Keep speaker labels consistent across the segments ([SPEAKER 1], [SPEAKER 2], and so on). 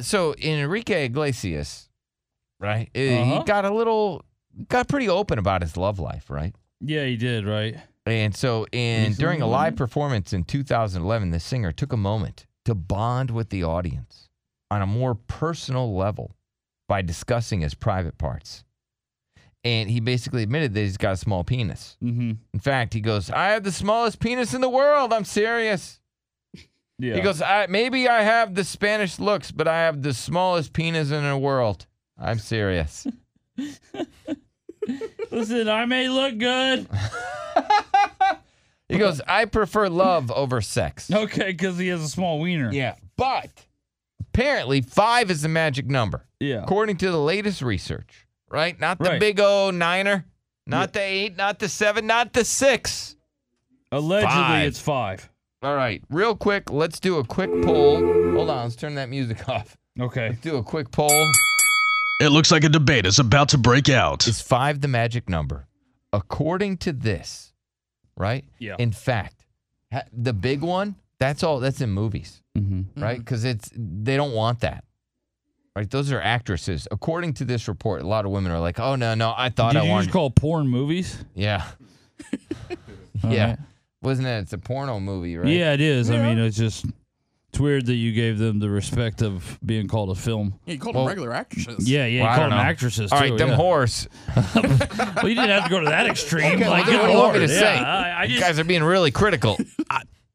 [SPEAKER 1] so Enrique Iglesias, right? uh, He
[SPEAKER 2] Uh-huh.
[SPEAKER 1] got a little, got pretty open about his love life, right?
[SPEAKER 2] Yeah, he did, right?
[SPEAKER 1] And so, in
[SPEAKER 2] He's a
[SPEAKER 1] during a
[SPEAKER 2] little
[SPEAKER 1] live
[SPEAKER 2] bit.
[SPEAKER 1] performance in 2011, the singer took a moment to bond with the audience on a more personal level by discussing his private parts. And he basically admitted that he's got a small penis.
[SPEAKER 2] Mm-hmm.
[SPEAKER 1] In fact, he goes, "I have the smallest penis in the world. I'm serious."
[SPEAKER 2] Yeah.
[SPEAKER 1] He goes, I, "Maybe I have the Spanish looks, but I have the smallest penis in the world. I'm serious."
[SPEAKER 2] Listen, I may look good.
[SPEAKER 1] he goes, "I prefer love over sex."
[SPEAKER 2] Okay, because he has a small wiener.
[SPEAKER 1] Yeah, but apparently five is the magic number,
[SPEAKER 2] Yeah.
[SPEAKER 1] according to the latest research. Right? Not the
[SPEAKER 2] Right.
[SPEAKER 1] big O niner, not the eight, not the seven, not the six.
[SPEAKER 2] Allegedly,
[SPEAKER 1] Five.
[SPEAKER 2] it's five.
[SPEAKER 1] All right, real quick, let's do a quick poll. Hold on, let's turn that music off.
[SPEAKER 2] Okay.
[SPEAKER 1] Do a quick poll.
[SPEAKER 3] It looks like a debate is about to break out.
[SPEAKER 1] Is five the magic number? According to this, right?
[SPEAKER 2] Yeah.
[SPEAKER 1] In fact, ha- the big one, that's all that's in movies.
[SPEAKER 2] Mm-hmm.
[SPEAKER 1] right? Because it's they don't want that. Right? Those are actresses. According to this report, a lot of women are like, "Oh no, no, I thought
[SPEAKER 2] Did
[SPEAKER 1] I
[SPEAKER 2] you
[SPEAKER 1] wanted."
[SPEAKER 2] just call porn movies?
[SPEAKER 1] yeah,
[SPEAKER 2] All
[SPEAKER 1] yeah.
[SPEAKER 2] right.
[SPEAKER 1] Wasn't it? It's a porno movie, right?
[SPEAKER 2] Yeah, it is. I mean, it's just it's weird that you gave them the respect of being called a film.
[SPEAKER 4] Yeah, you called
[SPEAKER 1] Well-
[SPEAKER 4] them regular actresses.
[SPEAKER 2] Yeah, yeah.
[SPEAKER 1] Well,
[SPEAKER 2] you
[SPEAKER 1] I
[SPEAKER 2] called
[SPEAKER 1] don't
[SPEAKER 2] them
[SPEAKER 1] know.
[SPEAKER 2] actresses.
[SPEAKER 1] All
[SPEAKER 2] too,
[SPEAKER 1] right, them
[SPEAKER 2] yeah.
[SPEAKER 1] whores.
[SPEAKER 2] Well, you didn't have to go to that extreme.
[SPEAKER 1] what
[SPEAKER 2] like,
[SPEAKER 1] do you
[SPEAKER 2] good
[SPEAKER 1] want me to
[SPEAKER 2] Lord,
[SPEAKER 1] say?
[SPEAKER 2] yeah, I, I
[SPEAKER 1] You
[SPEAKER 2] just,
[SPEAKER 1] guys are being really critical.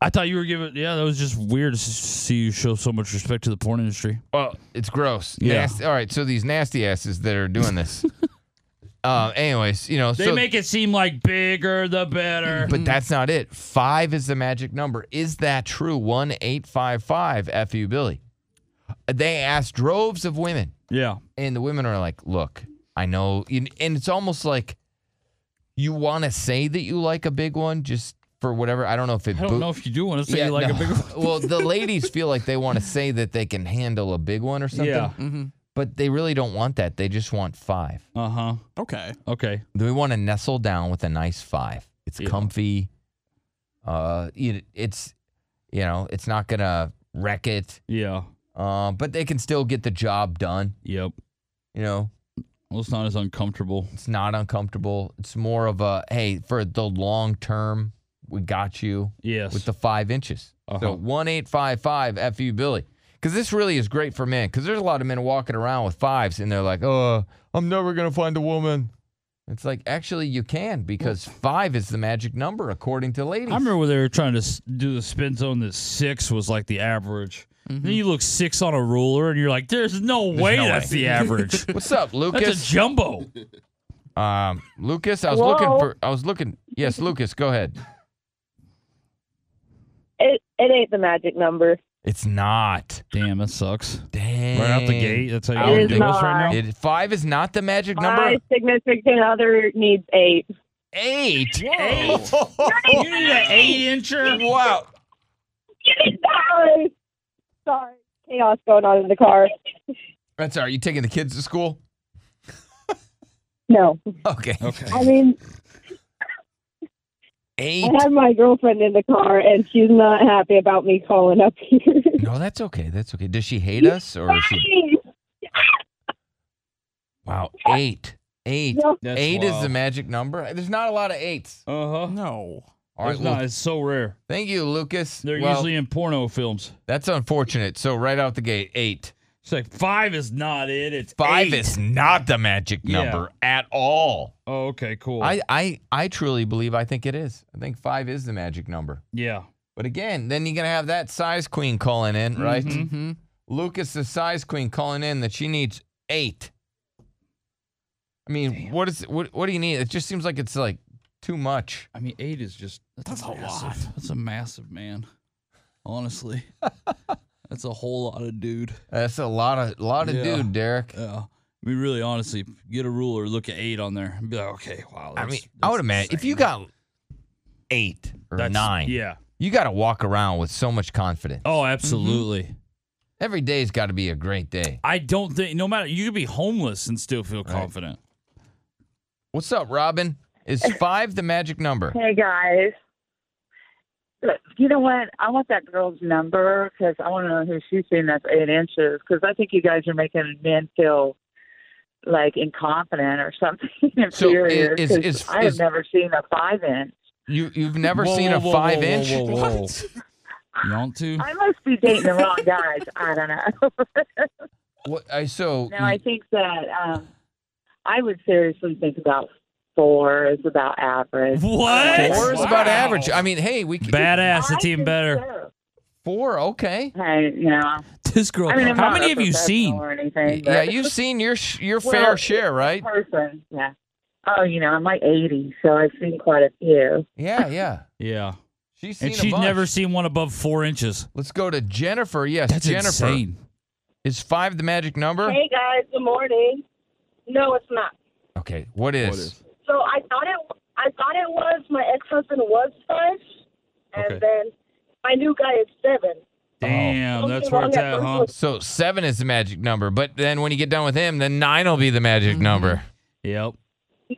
[SPEAKER 2] I thought you were giving. Yeah, that was just weird to s- see you show so much respect to the porn industry.
[SPEAKER 1] well, it's gross.
[SPEAKER 2] Yeah.
[SPEAKER 1] Nasty. All right, so these nasty asses that are doing this. uh, anyways, you know,
[SPEAKER 2] They
[SPEAKER 1] so
[SPEAKER 2] make it seem like bigger the better.
[SPEAKER 1] but that's not it. Five is the magic number. Is that true? One eight five five. Fu Billy. They asked droves of women.
[SPEAKER 2] yeah.
[SPEAKER 1] and the women are like, "Look, I know," and and it's almost like you want to say that you like a big one just for whatever. I don't know if it.
[SPEAKER 2] I don't
[SPEAKER 1] boo-
[SPEAKER 2] know if you do want to say
[SPEAKER 1] Yeah,
[SPEAKER 2] you like
[SPEAKER 1] no.
[SPEAKER 2] a bigger one.
[SPEAKER 1] well, the ladies feel like they want to say that they can handle a big one or something,
[SPEAKER 2] Yeah.
[SPEAKER 4] Mhm.
[SPEAKER 1] but they really don't want that. They just want five.
[SPEAKER 2] Uh huh.
[SPEAKER 4] Okay.
[SPEAKER 2] Okay.
[SPEAKER 1] They want to nestle down with a nice five. It's
[SPEAKER 2] Yeah.
[SPEAKER 1] comfy. Uh, it, it's you know, it's not gonna wreck it.
[SPEAKER 2] Yeah.
[SPEAKER 1] Uh, but they can still get the job done.
[SPEAKER 2] Yep.
[SPEAKER 1] You know,
[SPEAKER 2] Well, it's not as uncomfortable.
[SPEAKER 1] It's not uncomfortable. It's more of a hey, for the long term, we got you
[SPEAKER 2] Yes.
[SPEAKER 1] with the five inches. So
[SPEAKER 2] Uh-huh.
[SPEAKER 1] one eight five five fu Billy, because this really is great for men. Because there's a lot of men walking around with fives and they're like, oh, I'm never gonna find a woman. It's like actually you can because five is the magic number according to ladies.
[SPEAKER 2] I remember when they were trying to s- do the spin zone that six was like the average.
[SPEAKER 1] Mm-hmm.
[SPEAKER 2] Then you look six on a ruler and you're like, there's no way
[SPEAKER 1] no
[SPEAKER 2] that's
[SPEAKER 1] way.
[SPEAKER 2] the average.
[SPEAKER 1] What's up,
[SPEAKER 2] that's a
[SPEAKER 1] Lucas?
[SPEAKER 2] jumbo.
[SPEAKER 1] um, Lucas, I was
[SPEAKER 5] Hello?
[SPEAKER 1] looking for. I was looking. Yes, Lucas, go ahead.
[SPEAKER 5] It it ain't the magic number.
[SPEAKER 1] It's not.
[SPEAKER 2] Damn, that sucks.
[SPEAKER 1] Dang.
[SPEAKER 2] Right out the gate. That's how
[SPEAKER 1] Out
[SPEAKER 2] you want to
[SPEAKER 1] the
[SPEAKER 2] do us right now?
[SPEAKER 1] It, five is not the magic number.
[SPEAKER 5] My significant other needs eight.
[SPEAKER 1] Eight.
[SPEAKER 2] Eight. you need an eight incher.
[SPEAKER 1] wow.
[SPEAKER 5] Sorry, sorry, chaos going on in the car.
[SPEAKER 1] That's all right. You taking the kids to school?
[SPEAKER 5] No,
[SPEAKER 1] Okay.
[SPEAKER 2] Okay.
[SPEAKER 5] I mean
[SPEAKER 1] Eight.
[SPEAKER 5] I have my girlfriend in the car, and she's not happy about me calling up here.
[SPEAKER 1] No, that's okay. That's okay. Does she hate us or is she? Wow. Eight. Eight.
[SPEAKER 5] No.
[SPEAKER 2] That's
[SPEAKER 1] eight is the
[SPEAKER 2] wild.
[SPEAKER 1] magic number. There's not a lot of eights.
[SPEAKER 2] Uh huh.
[SPEAKER 4] No.
[SPEAKER 1] All right.
[SPEAKER 2] it's
[SPEAKER 1] well,
[SPEAKER 2] not. It's so rare.
[SPEAKER 1] thank you, Lucas.
[SPEAKER 2] They're
[SPEAKER 1] Well,
[SPEAKER 2] usually in porno films.
[SPEAKER 1] that's unfortunate. So right out the gate, eight.
[SPEAKER 2] It's like five is not it. It's
[SPEAKER 1] Five
[SPEAKER 2] eight.
[SPEAKER 1] is not the magic
[SPEAKER 2] Yeah.
[SPEAKER 1] number at all.
[SPEAKER 2] Oh, okay, cool.
[SPEAKER 1] I, I I truly believe I think it is. I think five is the magic number.
[SPEAKER 2] yeah.
[SPEAKER 1] But again, then you're gonna have that size queen calling in, right?
[SPEAKER 2] Mhm.
[SPEAKER 4] Mm-hmm.
[SPEAKER 1] Lucas, the size queen, calling in that she needs eight. I mean, what is what? What do you need? It just seems like it's like too much.
[SPEAKER 2] I mean, eight is just that's,
[SPEAKER 4] That's a
[SPEAKER 2] massive. That's a massive man. Honestly, that's a whole lot of dude.
[SPEAKER 1] That's a lot of lot of
[SPEAKER 2] Yeah.
[SPEAKER 1] dude, Derek.
[SPEAKER 2] Yeah. I mean, really, honestly, get a ruler, look at eight on there, and be like, okay, wow.
[SPEAKER 1] I
[SPEAKER 2] That's,
[SPEAKER 1] mean, I would imagine if you got eight or
[SPEAKER 2] that's,
[SPEAKER 1] nine,
[SPEAKER 2] yeah.
[SPEAKER 1] you got to walk around with so much confidence.
[SPEAKER 2] Oh, absolutely.
[SPEAKER 1] Every day's got to be a great day.
[SPEAKER 2] I don't think no matter you could be homeless and still feel confident.
[SPEAKER 1] What's up, Robin? Is five the magic number?
[SPEAKER 5] Hey guys,
[SPEAKER 4] You know what? I want that girl's number because I want to know who she's seeing that's eight inches because I think you guys are making men feel like incompetent or something
[SPEAKER 1] So i-
[SPEAKER 4] inferior.
[SPEAKER 1] is-
[SPEAKER 4] 'cause
[SPEAKER 1] is-
[SPEAKER 4] I have
[SPEAKER 1] is-
[SPEAKER 4] never seen a five inch.
[SPEAKER 1] You you've never
[SPEAKER 2] Whoa,
[SPEAKER 1] seen
[SPEAKER 2] whoa,
[SPEAKER 1] a
[SPEAKER 2] whoa, whoa,
[SPEAKER 1] five inch?
[SPEAKER 2] whoa, whoa, whoa.
[SPEAKER 1] What?
[SPEAKER 2] You want to?
[SPEAKER 4] I must be dating the wrong guys. I don't know.
[SPEAKER 1] What? I so
[SPEAKER 4] no, I think that um, I would seriously think about four is about average.
[SPEAKER 2] What?
[SPEAKER 1] four is about
[SPEAKER 2] Wow.
[SPEAKER 1] average. I mean, hey, we c-
[SPEAKER 2] Badass, the
[SPEAKER 4] I
[SPEAKER 2] team
[SPEAKER 4] think
[SPEAKER 2] better.
[SPEAKER 4] so.
[SPEAKER 1] four. Okay.
[SPEAKER 4] Hey, you know,
[SPEAKER 2] This girl.
[SPEAKER 4] I mean, I'm
[SPEAKER 2] how
[SPEAKER 4] not
[SPEAKER 2] many
[SPEAKER 4] a
[SPEAKER 2] have you seen?
[SPEAKER 4] professional Or anything,
[SPEAKER 1] Yeah,
[SPEAKER 4] but-
[SPEAKER 1] you've seen your sh- your
[SPEAKER 4] Well,
[SPEAKER 1] fair share, right?
[SPEAKER 4] person. Yeah. Oh, you know, I'm like 80, so I've seen quite a few.
[SPEAKER 1] Yeah, yeah.
[SPEAKER 2] Yeah,
[SPEAKER 1] She's seen
[SPEAKER 2] and
[SPEAKER 1] a
[SPEAKER 2] she's
[SPEAKER 1] bunch.
[SPEAKER 2] never seen one above four inches.
[SPEAKER 1] Let's go to Jennifer. Yes,
[SPEAKER 2] That's
[SPEAKER 1] Jennifer.
[SPEAKER 2] insane.
[SPEAKER 1] Is five the magic number?
[SPEAKER 5] Hey guys, good morning. No, it's not.
[SPEAKER 1] Okay, what is?
[SPEAKER 5] So I thought it. I thought it was my ex-husband was five, and
[SPEAKER 2] Okay.
[SPEAKER 5] then my new guy is seven.
[SPEAKER 2] Damn,
[SPEAKER 5] Oh.
[SPEAKER 2] Um, that's where it's at, huh?
[SPEAKER 1] So seven is the magic number, but then when you get done with him, then nine will be the
[SPEAKER 2] Mm-hmm.
[SPEAKER 1] magic number.
[SPEAKER 2] Yep.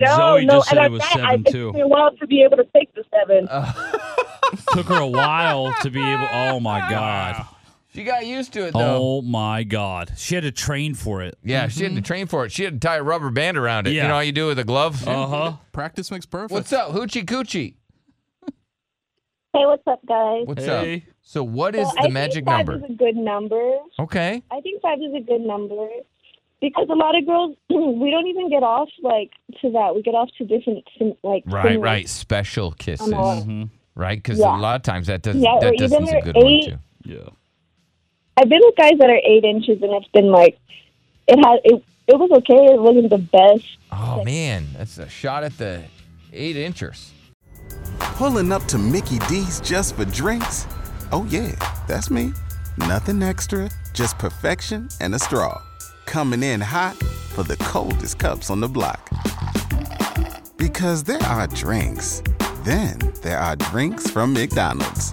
[SPEAKER 5] No,
[SPEAKER 2] Zoe
[SPEAKER 5] no,
[SPEAKER 2] just said it
[SPEAKER 5] and at
[SPEAKER 2] was
[SPEAKER 5] that,
[SPEAKER 2] seven,
[SPEAKER 5] I, it
[SPEAKER 2] too.
[SPEAKER 5] took me a while to be able to take the seven.
[SPEAKER 2] Took her a while to be able. Oh my god.
[SPEAKER 1] She got used to it though.
[SPEAKER 2] Oh my god. She had to train for it.
[SPEAKER 1] Yeah, she had to train for it. She had to tie a rubber band around it. You
[SPEAKER 2] Yeah.
[SPEAKER 1] know how you do with a glove?
[SPEAKER 2] Uh huh.
[SPEAKER 6] Practice makes perfect.
[SPEAKER 1] What's up, Hoochie Coochie?
[SPEAKER 5] Hey, what's up, guys?
[SPEAKER 1] What's up?
[SPEAKER 2] Hey.
[SPEAKER 1] So what is
[SPEAKER 5] Well,
[SPEAKER 1] the
[SPEAKER 5] I think
[SPEAKER 1] magic
[SPEAKER 5] five
[SPEAKER 1] number?
[SPEAKER 5] is a good number.
[SPEAKER 1] Okay.
[SPEAKER 5] I think five is a good number because a lot of girls we don't even get off like to that. We get off to different sim- like
[SPEAKER 1] Right,
[SPEAKER 5] similar-
[SPEAKER 1] right. Special kisses,
[SPEAKER 5] all-
[SPEAKER 2] Mhm.
[SPEAKER 1] right? Because
[SPEAKER 5] Yeah.
[SPEAKER 1] a lot of times that doesn't
[SPEAKER 5] Yeah, or
[SPEAKER 1] that
[SPEAKER 5] even
[SPEAKER 1] doesn't a
[SPEAKER 5] they're
[SPEAKER 1] good one
[SPEAKER 5] eight.
[SPEAKER 1] too.
[SPEAKER 2] Yeah.
[SPEAKER 5] I've been with guys that are eight inches, and it's been like it had it. It was okay. It wasn't the best.
[SPEAKER 1] Oh man, that's a shot at the eight inchers.
[SPEAKER 7] Pulling up to Mickey D's just for drinks? Oh, yeah, that's me. Nothing extra, just perfection and a straw. Coming in hot for the coldest cups on the block. Because there are drinks, then there are drinks from McDonald's.